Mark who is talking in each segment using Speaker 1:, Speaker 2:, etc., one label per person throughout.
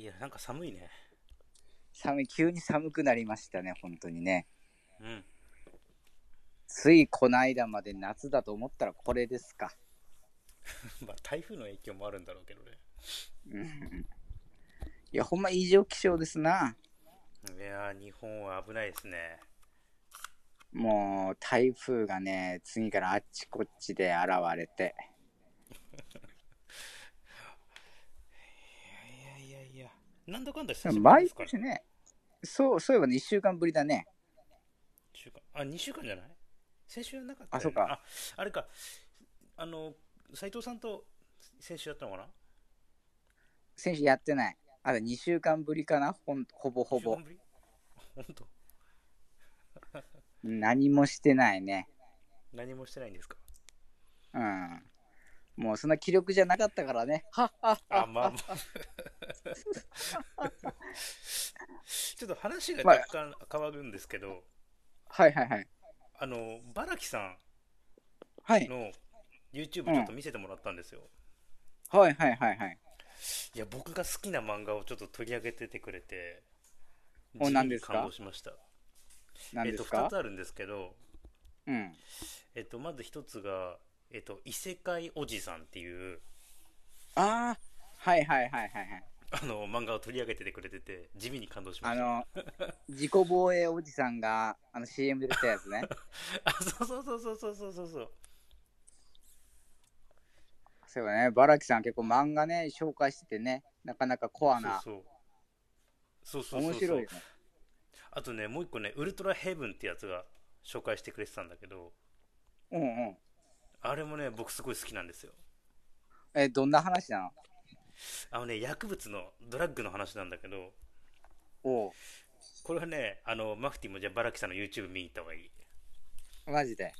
Speaker 1: いや、なんか寒いね。
Speaker 2: 寒い、急に寒くなりましたね、本当にね。
Speaker 1: うん。
Speaker 2: ついこの間まで夏だと思ったらこれですか。
Speaker 1: まあ、台風の影響もあるんだろうけどね。
Speaker 2: うんいや、ほんま異常気象ですな。
Speaker 1: いやー、日本は危ないですね。
Speaker 2: もう台風がね、次からあっちこっちで現れて。
Speaker 1: いやいやいやいや。なんだかんだ久しぶり
Speaker 2: 毎
Speaker 1: ですから、
Speaker 2: 年ね、そう、そういえばね、1週間ぶりだね。
Speaker 1: 一週間あ、2週間じゃない先週はなかった、
Speaker 2: あそうか。
Speaker 1: あ、あれか。あの、斉藤さんと先週やったのかな
Speaker 2: 先週やってない。あと2週間ぶりかな、ほんほぼほ
Speaker 1: 一週
Speaker 2: ぼ
Speaker 1: 間。ぶり 本当
Speaker 2: 何もしてないね。
Speaker 1: 何もしてないんですか
Speaker 2: うん。もうそんな気力じゃなかったからね。はっはっは
Speaker 1: あ、まあま あ。ちょっと話が
Speaker 2: まあ
Speaker 1: 若干変わるんですけど、
Speaker 2: はいはいはい。
Speaker 1: あの、バラキさん
Speaker 2: はい。
Speaker 1: の YouTube ちょっと見せてもらったんですよ。
Speaker 2: はいはいはいはい。
Speaker 1: いや、僕が好きな漫画をちょっと取り上げててくれて、
Speaker 2: お
Speaker 1: 地味に
Speaker 2: 何ですか
Speaker 1: 感動しました。
Speaker 2: 何
Speaker 1: えっ
Speaker 2: で
Speaker 1: と、
Speaker 2: すか
Speaker 1: 2つあるんですけど、
Speaker 2: うん。
Speaker 1: えっと、まず1つが、えっと、異世界おじさんっていう、
Speaker 2: ああ、はいはいはいはいはい。
Speaker 1: あの、漫画を取り上げててくれてて、地味に感動しま
Speaker 2: あ
Speaker 1: した。
Speaker 2: の、自己防衛おじさんが、あの CM で出た やつね。
Speaker 1: あ、そうそうそうそうそうそうそうそう。
Speaker 2: そうだね、バラキさん結構漫画ね、紹介しててね、なかなかコアな、
Speaker 1: そうそう。そうそうそうそう
Speaker 2: 面白いよね。
Speaker 1: あとね、もう一個ね、ウルトラヘブンってやつが紹介してくれてたんだけど、
Speaker 2: うんうん。
Speaker 1: あれもね、僕すごい好きなんですよ。
Speaker 2: え、どんな話なの
Speaker 1: あのね、薬物の、ドラッグの話なんだけど、
Speaker 2: お
Speaker 1: これはね、あの、マフティもじゃあバラキさんの YouTube 見に行った方がいい。
Speaker 2: うマジで。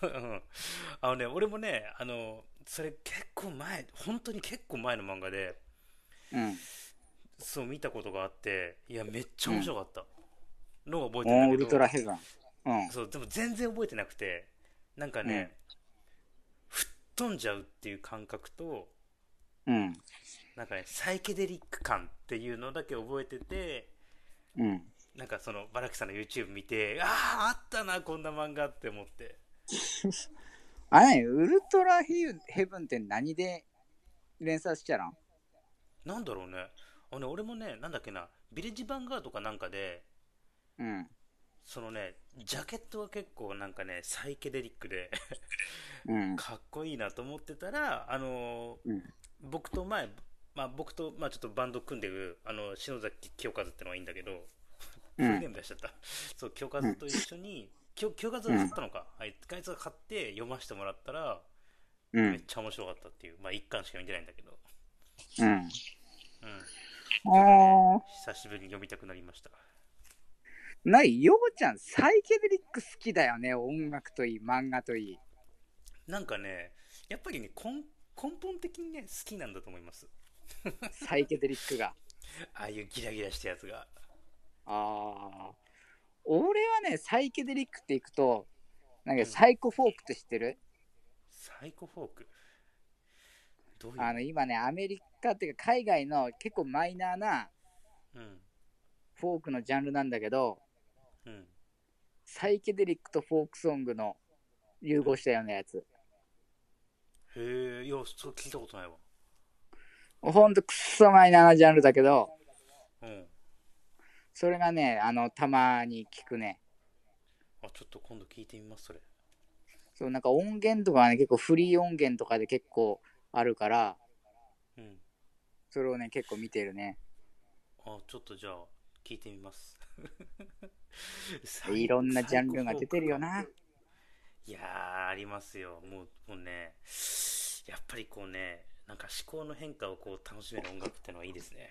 Speaker 1: うん あのね、俺もね、あの、それ結構前、本当に結構前の漫画で、
Speaker 2: うん。
Speaker 1: そう見たことがあって、いや、めっちゃ面白かった。のを覚えて
Speaker 2: お
Speaker 1: んだけど。
Speaker 2: ーウルトラヘブン。うん。
Speaker 1: そう、でも全然覚えてなくて、なんかね、吹っ飛んじゃうっていう感覚と、
Speaker 2: うん。
Speaker 1: なんかね、サイケデリック感っていうのだけ覚えてて、
Speaker 2: うん。
Speaker 1: なんかその、バラキさんの YouTube 見て、ああ、あったな、こんな漫画って思って。
Speaker 2: あれ、ウルトラヘブンヘブンって何で連載しちゃらん
Speaker 1: なんだろうね。あのね、俺もね、なんだっけな、ビレッジヴァンガードかなんかで、
Speaker 2: うん。
Speaker 1: そのね、ジャケットは結構なんかね、サイケデリックで、
Speaker 2: うん。
Speaker 1: かっこいいなと思ってたら、あのー
Speaker 2: うん
Speaker 1: 僕と前、まあ、僕と、まあ、ちょっとバンド組んでる、あの、篠崎清和ってのがいいんだけど、
Speaker 2: う
Speaker 1: フルネー
Speaker 2: ん。
Speaker 1: ム出しちゃった。そう、清和と一緒に、清清和が買ったのか、あいあいつが買って読ませてもらったら、
Speaker 2: う
Speaker 1: めっ
Speaker 2: ん。
Speaker 1: ちゃ面白かったっていう、まあ、一巻しか見てないんだけど、
Speaker 2: うん。
Speaker 1: うん、
Speaker 2: あー。
Speaker 1: 久しぶりに読みたくなりました。
Speaker 2: ない、ようちゃん、サイケデリック好きだよね。音楽といい、漫画といい。
Speaker 1: なんかね、やっぱりね、根根本的にね、好きなんだと思います。
Speaker 2: サイケデリックが。
Speaker 1: ああいうギラギラしたやつが。
Speaker 2: ああ。俺はね、サイケデリックっていくと、なんかサイコフォークって知ってる、
Speaker 1: サイコフォークどういう
Speaker 2: あの、今ね、アメリカっていうか海外の結構マイナーな
Speaker 1: うん
Speaker 2: フォークのジャンルなんだけど、
Speaker 1: うん
Speaker 2: サイケデリックとフォークソングの融合したようなやつ。
Speaker 1: へえいやそれ聞いたことないわ
Speaker 2: ほんとくっそマイナーなジャンルだけど、
Speaker 1: うん
Speaker 2: それがね、あの、たまに聞くね。
Speaker 1: あちょっと今度聞いてみますそれ
Speaker 2: そう、なんか音源とかはね、結構フリー音源とかで結構あるから、
Speaker 1: うん
Speaker 2: それをね、結構見てるね。
Speaker 1: あちょっとじゃあ聞いてみます
Speaker 2: いろんなジャンルが出てるよな。
Speaker 1: いやーありますよもうもうねやっぱりこうねなんか思考の変化をこう楽しめる音楽ってのはいいですね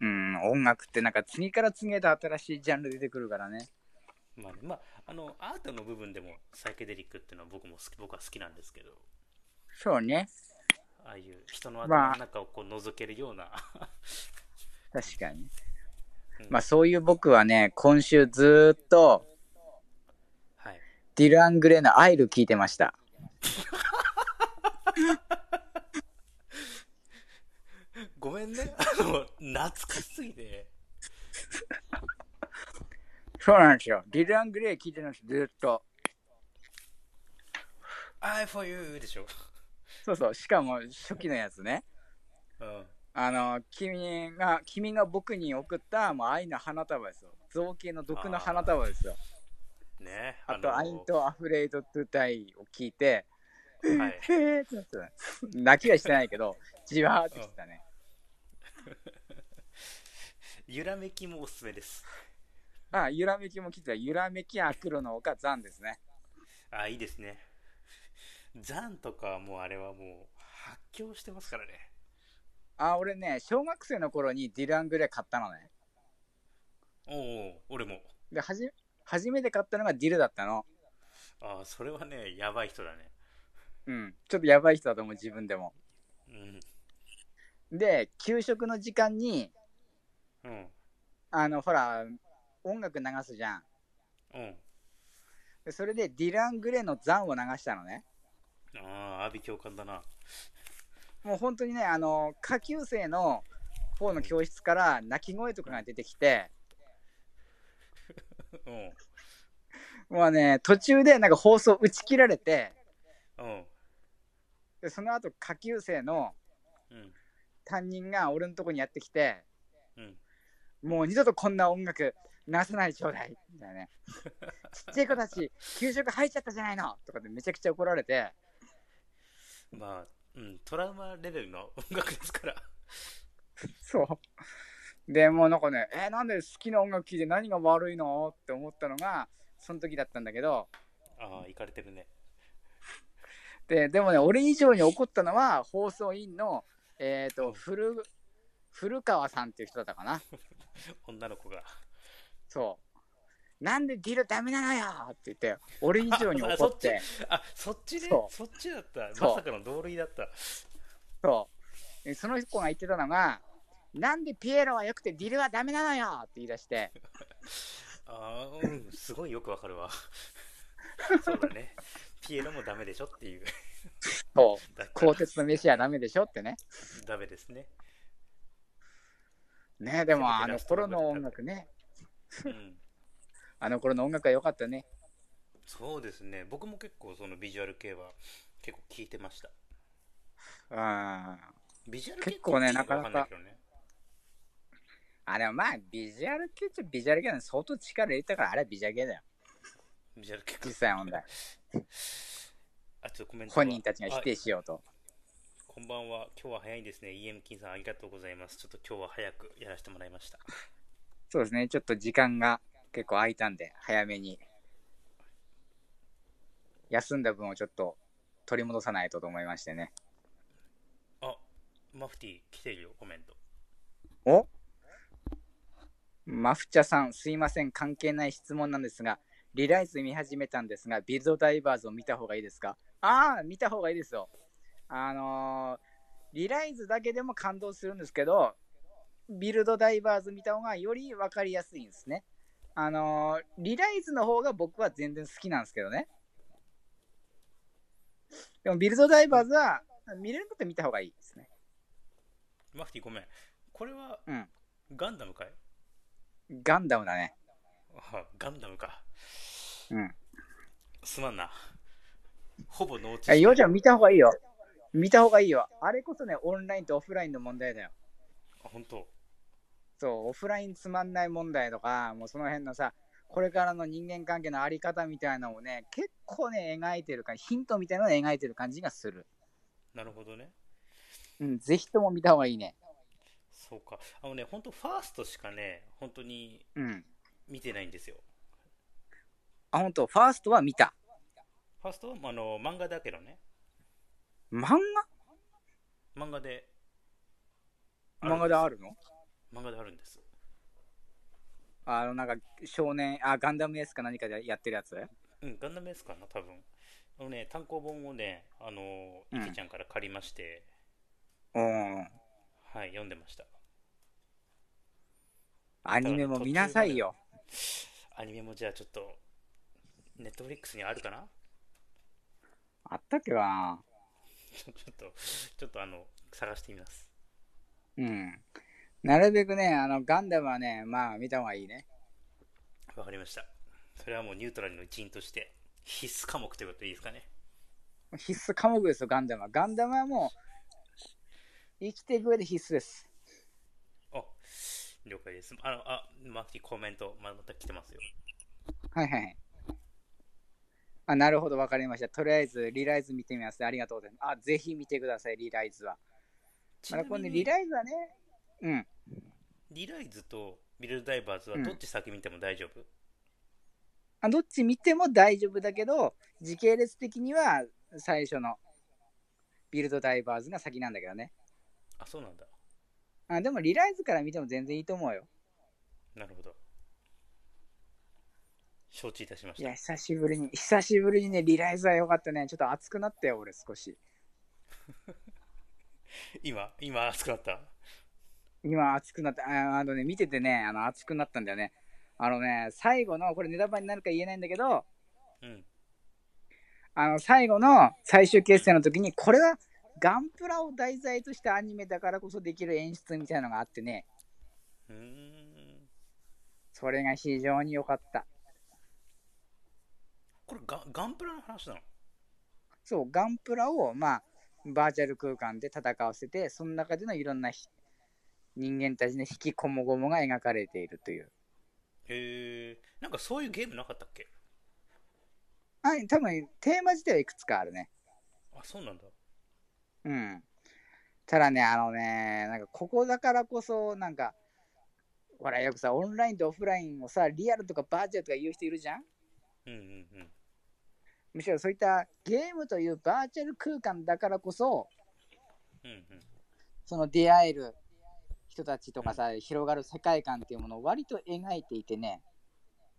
Speaker 2: うん、音楽ってなんか次から次へと新しいジャンル出てくるからね。
Speaker 1: まあ、ね、まあ、あのアートの部分でもサイケデリックっていうのは僕も好き僕は好きなんですけど
Speaker 2: そうね。
Speaker 1: ああいう人の頭
Speaker 2: まあ
Speaker 1: の中をこう覗けるような、
Speaker 2: 確かに。
Speaker 1: うん
Speaker 2: まあそういう僕はね、今週ずーっと
Speaker 1: はい
Speaker 2: ディラン・グレーのアイル聞いてました。
Speaker 1: ごめんめ んね。あの、懐かしすぎて。
Speaker 2: そうなんですよ。ディラン・グレイ聞いてるんです、ずっと。
Speaker 1: I for you でしょ。
Speaker 2: そうそう、しかも初期のやつね。
Speaker 1: うん。
Speaker 2: あの、君が、君が僕に送った、もう愛の花束ですよ。造形の毒の花束ですよ。
Speaker 1: ね
Speaker 2: あと、
Speaker 1: の
Speaker 2: アインとアフレイド・トゥ・ダイを聞いて、
Speaker 1: はい。
Speaker 2: へえってなってた。泣きはしてないけど、じわーってきてたね。
Speaker 1: ゆらめきもおすすめです。
Speaker 2: あ、ゆらめきも来てた。ゆらめき、アクロの丘、ザンですね。
Speaker 1: あ、いいですね。ザンとかはもうあれはもう発狂してますからね。
Speaker 2: あ、俺ね、小学生の頃にディラン・グレイ買ったのね。
Speaker 1: おうおう、俺も。
Speaker 2: で、はじ、初めて買ったのがディルだったの。
Speaker 1: あそれはね、やばい人だね。
Speaker 2: うん。ちょっとやばい人だと思う、自分でも。
Speaker 1: うん。
Speaker 2: で、給食の時間に、
Speaker 1: うん。
Speaker 2: あの、ほら、音楽流すじゃん。
Speaker 1: うん。
Speaker 2: でそれでディラン・グレイのザンを流したのね。
Speaker 1: ああ、阿ビ教官だな。
Speaker 2: もう本当にね、あの、下級生の方の教室から泣き声とかが出てきて、
Speaker 1: うん。
Speaker 2: もうね、途中でなんか放送打ち切られて、
Speaker 1: うん。
Speaker 2: でその後下級生の
Speaker 1: うん。
Speaker 2: 担任が俺のとこにやってきて、
Speaker 1: うん。
Speaker 2: もう二度とこんな音楽流さないでちょうだいみたいなね。ちっちゃい子たち、給食入っちゃったじゃないのとかでめちゃくちゃ怒られて、
Speaker 1: まあ、うん、トラウマレベルの音楽ですから。
Speaker 2: そう。でもうなんかね、えーなんで好きな音楽聴いて何が悪いのって思ったのが、その時だったんだけど、
Speaker 1: ああ、いかれてるね。
Speaker 2: ででもね、俺以上に怒ったのは、放送委員の、えー、
Speaker 1: う
Speaker 2: と
Speaker 1: ん
Speaker 2: 古古川さんっていう人だったかな。
Speaker 1: 女の子が。
Speaker 2: そう。なんでディルダメなのよって言って、俺以上に怒っ て、
Speaker 1: あ、そっちね。
Speaker 2: そ
Speaker 1: そうっちだった。
Speaker 2: そう
Speaker 1: まさかの同類だった。
Speaker 2: そうで。その子が言ってたのが、なんでピエロは良くてディルはダメなのよって言い出して、
Speaker 1: ああ、うん、すごいよくわかる わ。そうだね。ピエロもダメでしょっていう。
Speaker 2: そう、
Speaker 1: だから
Speaker 2: 鋼鉄の飯はダメでしょってね。
Speaker 1: ダメですね。
Speaker 2: ね、でもあの頃の音楽ね、
Speaker 1: うん。
Speaker 2: あの頃の音楽は良かったね。
Speaker 1: そうですね。僕も結構そのビジュアル系は結構聞いてました。
Speaker 2: うん。あ
Speaker 1: ビジュアル系
Speaker 2: 結構ね
Speaker 1: 聞いてわんいけどね。
Speaker 2: れはまあ、ビジュアル系っちゃビジュアル系の相当力入れたから、あれはビジュアル系だよ。
Speaker 1: ビジュアル系か
Speaker 2: 実際問題。
Speaker 1: あ、ちょっとコメントが
Speaker 2: 本人たちが否定しようと。
Speaker 1: こんばんは。今日は早いですね。EM 金さんありがとうございます。ちょっと今日は早くやらせてもらいました。
Speaker 2: そうですね、ちょっと時間が結構空いたんで、早めに。休んだ分をちょっと取り戻さないとと思いましてね。
Speaker 1: あ、マフティー来てるよ、コメント。
Speaker 2: おマフチャさん、すいません、関係ない質問なんですが、リライズ見始めたんですが、ビルドダイバーズを見た方がいいですかああ、見た方がいいですよ。あのーリライズだけでも感動するんですけど、ビルドダイバーズ見た方がより分かりやすいんですね。あのーリライズの方が僕は全然好きなんですけどね。でも、ビルドダイバーズは見れるんだったら見た方がいいですね。
Speaker 1: マフティーごめん。これは
Speaker 2: うん。
Speaker 1: ガンダムかい
Speaker 2: ガンダムだね。
Speaker 1: あガンダムか。
Speaker 2: うん。
Speaker 1: すまんな。ほぼ農地
Speaker 2: え、ようちゃん見た方がいいよ。見た方がいいよ。あれこそね、オンラインとオフラインの問題だよ。
Speaker 1: あ、本当。
Speaker 2: そう、オフラインつまんない問題とか、もうその辺のさ、これからの人間関係のあり方みたいなのをね、結構ね、描いてるから、ヒントみたいなのを描いてる感じがする。
Speaker 1: なるほどね。
Speaker 2: うん、ぜひとも見た方がいいね。
Speaker 1: そうか。あのね、本当ファーストしかね、本当に
Speaker 2: うん。
Speaker 1: 見てないんですよ。
Speaker 2: あ、本当ファーストは見た。
Speaker 1: ファーストはあの漫画だけどね。
Speaker 2: 漫
Speaker 1: 漫画で、
Speaker 2: 画漫画であるの
Speaker 1: 漫画であるんです。
Speaker 2: あの、なんか、少年、あ、ガンダムエースか何かでやってるやつ
Speaker 1: うん、ガンダム S かな、多分。あのね、単行本をね、あの、
Speaker 2: うん
Speaker 1: 池ちゃんから借りまして、
Speaker 2: うん。
Speaker 1: はい、読んでました。
Speaker 2: アニメも見なさいよ。
Speaker 1: アニメもじゃあちょっと、ネットフリックスにあるかな
Speaker 2: あったっけかな
Speaker 1: ちょっと、ちょっとあの、探してみます。
Speaker 2: うん。なるべくね、あの、ガンダムはね、まあ見た方がいいね。
Speaker 1: わかりました。それはもうニュートラルの一員として必須科目ということでいいですかね。
Speaker 2: 必須科目ですよ、ガンダムは。ガンダムはもう、生きていく上で必須です。
Speaker 1: あ、了解です。あの、あ、マキコメント、ままた来てますよ。
Speaker 2: はいはいはい。あ、なるほど、わかりました。とりあえず、リライズ見てみます。ありがとうございます。あ、ぜひ見てください、リライズは。
Speaker 1: ち
Speaker 2: ま
Speaker 1: な
Speaker 2: だこ
Speaker 1: み
Speaker 2: の
Speaker 1: に
Speaker 2: リ
Speaker 1: リラ
Speaker 2: ライズはね、うん。
Speaker 1: イズとビルドダイバーズは
Speaker 2: うん
Speaker 1: どっち先見ても大丈夫、
Speaker 2: あどっち見ても大丈夫だけど、時系列的には最初のビルドダイバーズが先なんだけどね。
Speaker 1: あ、そうなんだ。
Speaker 2: あでもリライズから見ても全然いいと思うよ。
Speaker 1: なるほど。承知いたしま
Speaker 2: い
Speaker 1: し
Speaker 2: や、
Speaker 1: た。
Speaker 2: 久しぶりに、久しぶりにね、リライズは良かったね。ちょっと熱くなったよ、俺少し。
Speaker 1: 今、今熱くなった
Speaker 2: 今熱くなった。ああのね、見ててね、あの熱くなったんだよね。あのね、最後の、これネタバレになるから言えないんだけど、
Speaker 1: うん。
Speaker 2: あの、最後の最終決戦の時に、これはガンプラを題材としたアニメだからこそできる演出みたいなのがあってね、
Speaker 1: うーん。
Speaker 2: それが非常に良かった。
Speaker 1: これガ、ガンプラの話なの
Speaker 2: そう、ガンプラを、まあ、バーチャル空間で戦わせて、その中でのいろんなひ人間たちの引きこもごもが描かれているという。
Speaker 1: へえ。なんかそういうゲームなかったっけ
Speaker 2: あ多分テーマ自体はいくつかあるね。
Speaker 1: あ、そうなんだ。
Speaker 2: うん。ただね、あのね、なんかここだからこそ、なんか、ほら、よくさ、オンラインとオフラインをさ、リアルとかバーチャルとか言う人いるじゃん
Speaker 1: うんうんうん。
Speaker 2: むしろそういったゲームというバーチャル空間だからこそ、
Speaker 1: うんうん。
Speaker 2: その出会える人たちとかさ、広がる世界観っていうものを割と描いていてね、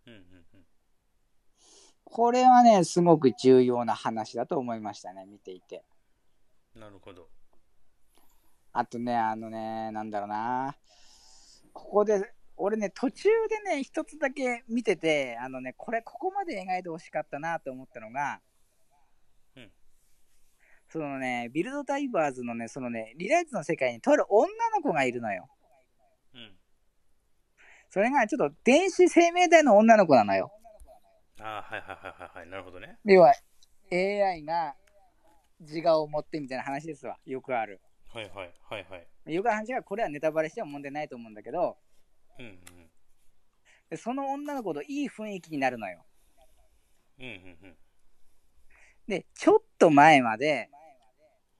Speaker 1: うんうんうん。
Speaker 2: これはね、すごく重要な話だと思いましたね、見ていて。
Speaker 1: なるほど。
Speaker 2: あとね、あのね、なんだろうな。ここで、俺ね、途中でね、一つだけ見てて、あのね、これ、ここまで描いてほしかったなと思ったのが、
Speaker 1: うん
Speaker 2: そのね、ビルドダイバーズのね、そのね、リライズの世界にとある女の子がいるのよ。
Speaker 1: うん。
Speaker 2: それが、ちょっと電子生命体の女の子なのよ。
Speaker 1: あーはいはいはいはいはい。なるほどね。
Speaker 2: 要は、AI が自我を持ってみたいな話ですわ。よくある。
Speaker 1: はいはいはいはい。
Speaker 2: よくある話はこれはネタバレしても問題ないと思うんだけど
Speaker 1: うんうん。
Speaker 2: でその女の子といい雰囲気になるのよ
Speaker 1: うんうん
Speaker 2: でちょっと前まで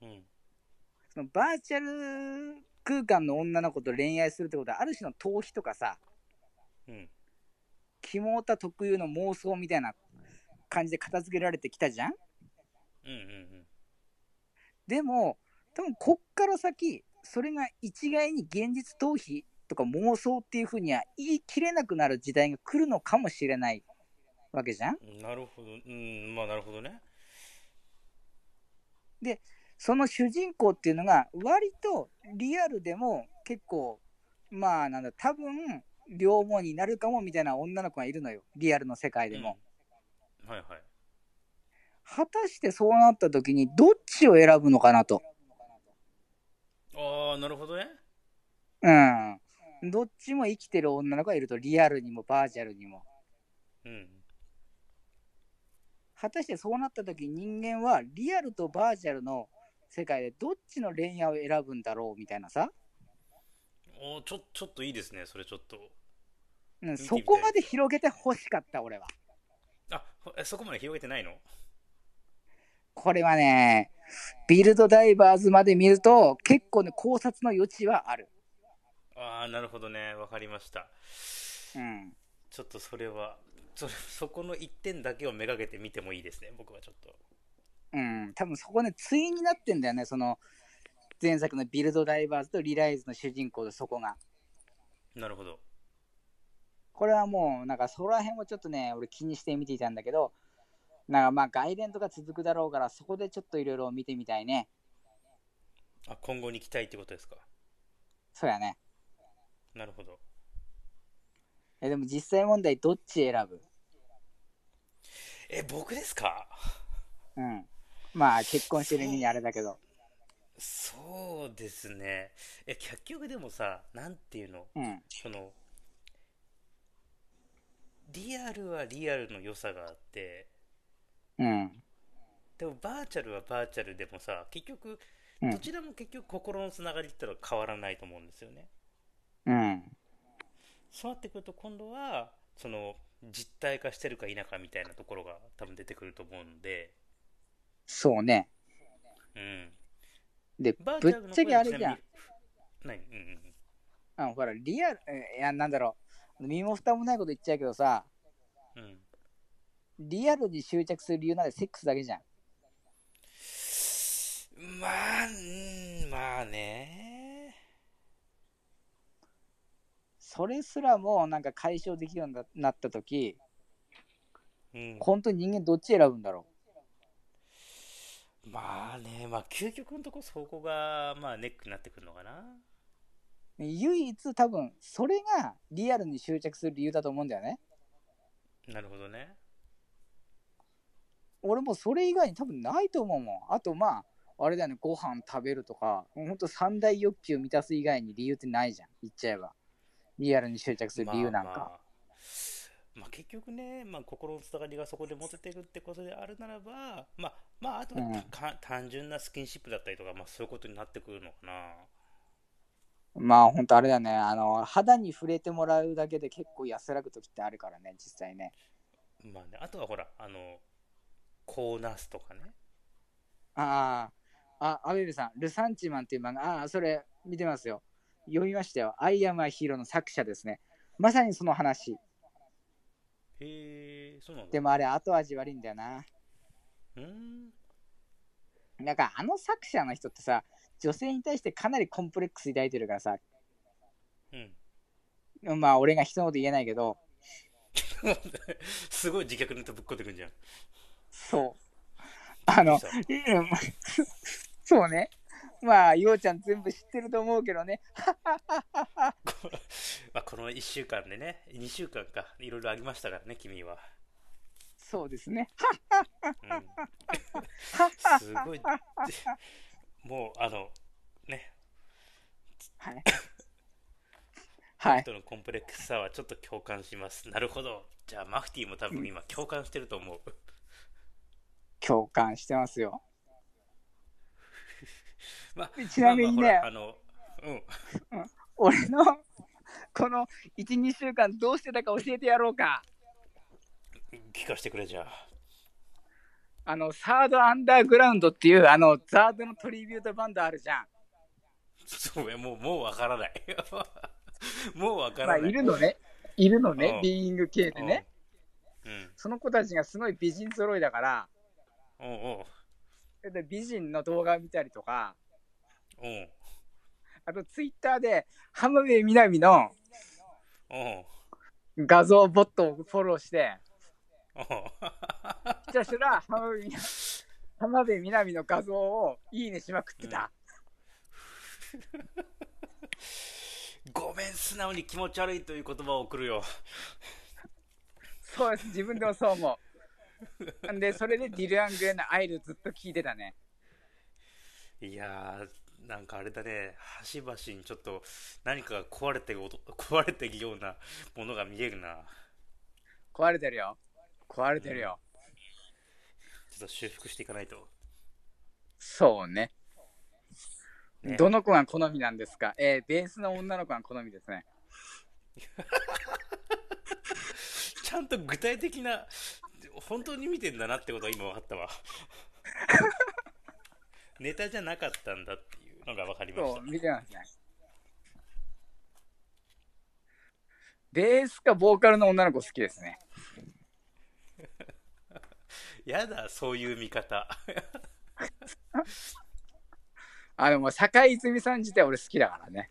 Speaker 1: うん。うん。
Speaker 2: そのバーチャル空間の女の子と恋愛するってことはある種の逃避とかさ
Speaker 1: うん。
Speaker 2: 肝オタ特有の妄想みたいな感じで片付けられてきたじゃん
Speaker 1: うんうん
Speaker 2: でも多分こっから先それが一概に現実逃避とか妄想っていうふうには言い切れなくなる時代が来るのかもしれないわけじゃん
Speaker 1: うん。なるほど。うん。まあなるほどね。
Speaker 2: その主人公っていうのが割とリアルでも結構まあなんだ多分両思いになるかもみたいな女の子がいるのよリアルの世界でも、
Speaker 1: うん。はいはい。
Speaker 2: 果たしてそうなった時にどっちを選ぶのかなと
Speaker 1: ああ、なるほどね。
Speaker 2: うんどっちも生きてる女の子がいるとリアルにもバーチャルにも
Speaker 1: うん。
Speaker 2: 果たしてそうなった時に人間はリアルとバーチャルの世界でどっちの恋愛を選ぶんだろうみたいなさ、
Speaker 1: おーちょ、ちょっといいですね。それちょっと。
Speaker 2: うん、
Speaker 1: てみ
Speaker 2: そ
Speaker 1: たい
Speaker 2: こまで広げてほしかった俺は
Speaker 1: あ、ほえそこまで広げてないの
Speaker 2: これはね、ビルドダイバーズまで見ると、結構ね、考察の余地はある。
Speaker 1: ああ、なるほどね。わかりました。
Speaker 2: うん。
Speaker 1: ちょっとそれは、それそこの一点だけをめがけて見てもいいですね。僕はちょっと。
Speaker 2: うん。多分そこね、対になってんだよね、その、前作のビルドダイバーズとリライズの主人公のそこが。
Speaker 1: なるほど。
Speaker 2: これはもう、なんかそこら辺をちょっとね、俺気にして見ていたんだけど、なんかまあ外伝とか続くだろうから、そこでちょっといろいろ見てみたいね。
Speaker 1: あ、今後に期待ってことですか。
Speaker 2: そうやね。
Speaker 1: なるほど。
Speaker 2: えでも実際問題、どっち選ぶ
Speaker 1: え、僕ですか
Speaker 2: うん。まあ結婚してる意味にあれだけど。
Speaker 1: そうですね。え、結局でもさ、なんていうの
Speaker 2: うん。
Speaker 1: その、リアルはリアルの良さがあって、
Speaker 2: うん。
Speaker 1: でもバーチャルはバーチャルでもさ、結局、
Speaker 2: うん
Speaker 1: どちらも結局心のつながりってのは変わらないと思うんですよね。
Speaker 2: うん。
Speaker 1: そうなってくると今度は、その、実体化してるか否かみたいなところが多分出てくると思うので、
Speaker 2: そうね。
Speaker 1: うん。
Speaker 2: で、
Speaker 1: バーチ
Speaker 2: ぶ
Speaker 1: ャルの
Speaker 2: っちゃけあれじゃん。
Speaker 1: 何うんうん
Speaker 2: うん、ほら、リアル、えいや、なんだろう。身も蓋もないこと言っちゃうけどさ、
Speaker 1: うん。うん。
Speaker 2: リアルに執着する理由なんてセックスだけじゃん。
Speaker 1: まあ、うん、まあね。
Speaker 2: それすらもなんか解消できるようにななった時、
Speaker 1: うん。
Speaker 2: 本当に人間どっち選ぶんだろ
Speaker 1: まあね、まあ究極のとこそこが、まあネックになってくるのかな。
Speaker 2: う。唯一多分、それがリアルに執着する理由だと思うんだよね。
Speaker 1: なるほどね。
Speaker 2: 俺もそれ以外に多分ないと思うもん。あとまあ、あれだよね、ご飯食べるとか、ほんと三大欲求を満たす以外に理由ってないじゃん、言っちゃえば。リアルに執着する理由なんか。
Speaker 1: まあまあまあ結局ね、まあ、心のつながりがそこで持ててるってことであるならば、まあ、まあ、あとは
Speaker 2: うん
Speaker 1: た、か単純なスキンシップだったりとか、まあ、そういうことになってくるのかな。
Speaker 2: まあ本当あれだよねあの肌に触れてもらうだけで結構安らぐ時ってあるからね実際ね
Speaker 1: まあね、あとはほら、あの、コーナスとかね。
Speaker 2: あああアベベさん「ルサンチマン」っていう漫画ああそれ見てますよ読みましたよ「アイアムアヒーロー」の作者ですねまさにその話
Speaker 1: へえ、そうなんだ。
Speaker 2: でもあれ後味悪いんだよな
Speaker 1: うーん。
Speaker 2: なんかあの作者の人ってさ女性に対してかなりコンプレックス抱いてるからさ
Speaker 1: うん。
Speaker 2: まあ俺が人のこと言えないけど
Speaker 1: すごい自虐ネタぶっこってくんじゃん。
Speaker 2: そうあの
Speaker 1: そう
Speaker 2: うんそうね。まあ、ようちゃん全部知ってると思うけどね。
Speaker 1: まあ、この1週間でね、2週間か、いろいろありましたからね、君は。
Speaker 2: そうですね。
Speaker 1: うん、すごい、もう、あの、ね、
Speaker 2: はい。はい。
Speaker 1: 人のコンプレックスさはちょっと共感します。なるほど。じゃあ、マフティーも多分今、共感してると思う。
Speaker 2: 共感してますよ。
Speaker 1: まあ、
Speaker 2: ちなみにね
Speaker 1: まあまあほらあの、うん。
Speaker 2: 俺の、この1、2週間どうしてたか教えてやろうか。
Speaker 1: 聞かせてくれじゃあ。
Speaker 2: あの、サードアンダーグラウンドっていう、あの、ザードのトリビュートバンドあるじゃん。
Speaker 1: そうや、もう、もうわからない。 もうわか
Speaker 2: まあ、
Speaker 1: らない。
Speaker 2: いるのね。いるの
Speaker 1: う
Speaker 2: ね
Speaker 1: ん。
Speaker 2: ビーイング系でね。
Speaker 1: うん。
Speaker 2: その子たちがすごい美人揃いだから、
Speaker 1: うん。おう
Speaker 2: で美人の動画見たりとか、
Speaker 1: おう。おう
Speaker 2: あとツイッターで浜辺美波の
Speaker 1: おう。
Speaker 2: 画像ボットをフォローして、
Speaker 1: おう
Speaker 2: ひたすら浜辺美波浜辺美波の画像をいいねしまくってた。
Speaker 1: ごめん、素直に気持ち悪いという言葉を送るよ。
Speaker 2: そうです、自分でもそう思う。なんで、それでディル・アングレンのアイルずっと聞いてたね。
Speaker 1: いやー、なんかあれだね、端々にちょっと何かが壊れてる音、壊れてるようなものが見えるな。
Speaker 2: 壊れてるよ。壊れてるよ。
Speaker 1: ちょっと修復していかないと。
Speaker 2: そうね。
Speaker 1: ね
Speaker 2: どの子が好みなんですかえー、ベースの女の子が好みですね。
Speaker 1: ちゃんと具体的な、本当に見てんだなってことが今分かったわ。 ネタじゃなかったんだっていうのが分かりまし
Speaker 2: そ
Speaker 1: た
Speaker 2: う、。見てますね。ベースかボーカルの女の子好きですね。
Speaker 1: やだ、そういう見方。
Speaker 2: あの、もう坂井泉水さん自体俺好きだからね。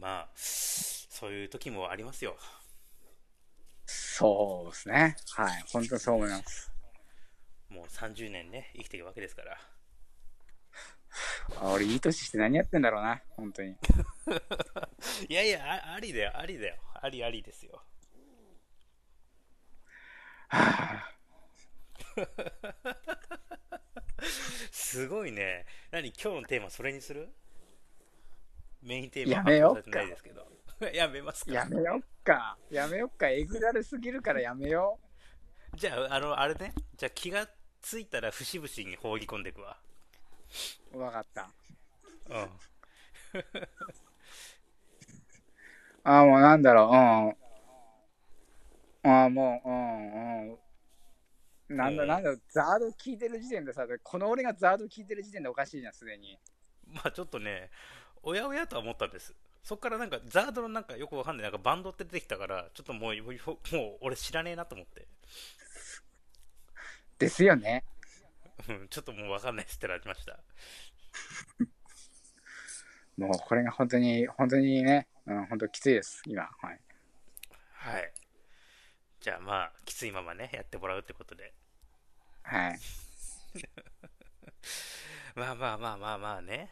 Speaker 1: まあ、そういう時もありますよ。
Speaker 2: そうですね。はい。本当にそう思います。
Speaker 1: もう30年ね、生きているわけですから。
Speaker 2: あ俺、いい年して何やってんだろうな。本当に。
Speaker 1: いやいや、あありだよ、ありだよ。ありありですよ。
Speaker 2: はぁ
Speaker 1: すごいね。何今日のテーマそれにするメインテーマ
Speaker 2: やめよっ
Speaker 1: 発表さ
Speaker 2: か
Speaker 1: れてないですけど。 やめますか。
Speaker 2: やめよっか。やめよっか。えぐられすぎるからやめよう。
Speaker 1: じゃあ、あの、あれね。じゃあ気がついたら節々に放り込んでいくわ。
Speaker 2: わかった。
Speaker 1: うん。
Speaker 2: ああ、もうなんだろう。うん。ああ、もう、うん、うん。なんだ、
Speaker 1: うん
Speaker 2: なんだろう。ザード聞いてる時点でさ、この俺がザード聞いてる時点でおかしいじゃん、すでに。
Speaker 1: まあちょっとね、おやおやとは思ったんです。そっからなんか、ザードのなんかよくわかんない、なんかバンドって出てきたから、ちょっともう、もうもう俺知らねえなと思って。
Speaker 2: ですよね。
Speaker 1: うん、ちょっともうわかんないですってなりました。
Speaker 2: もうこれが本当に、本当にね、うん、本当きついです、今。はい。
Speaker 1: はい。じゃあまあ、きついままね、やってもらうってことで。
Speaker 2: はい。
Speaker 1: まあまあまあまあまあね。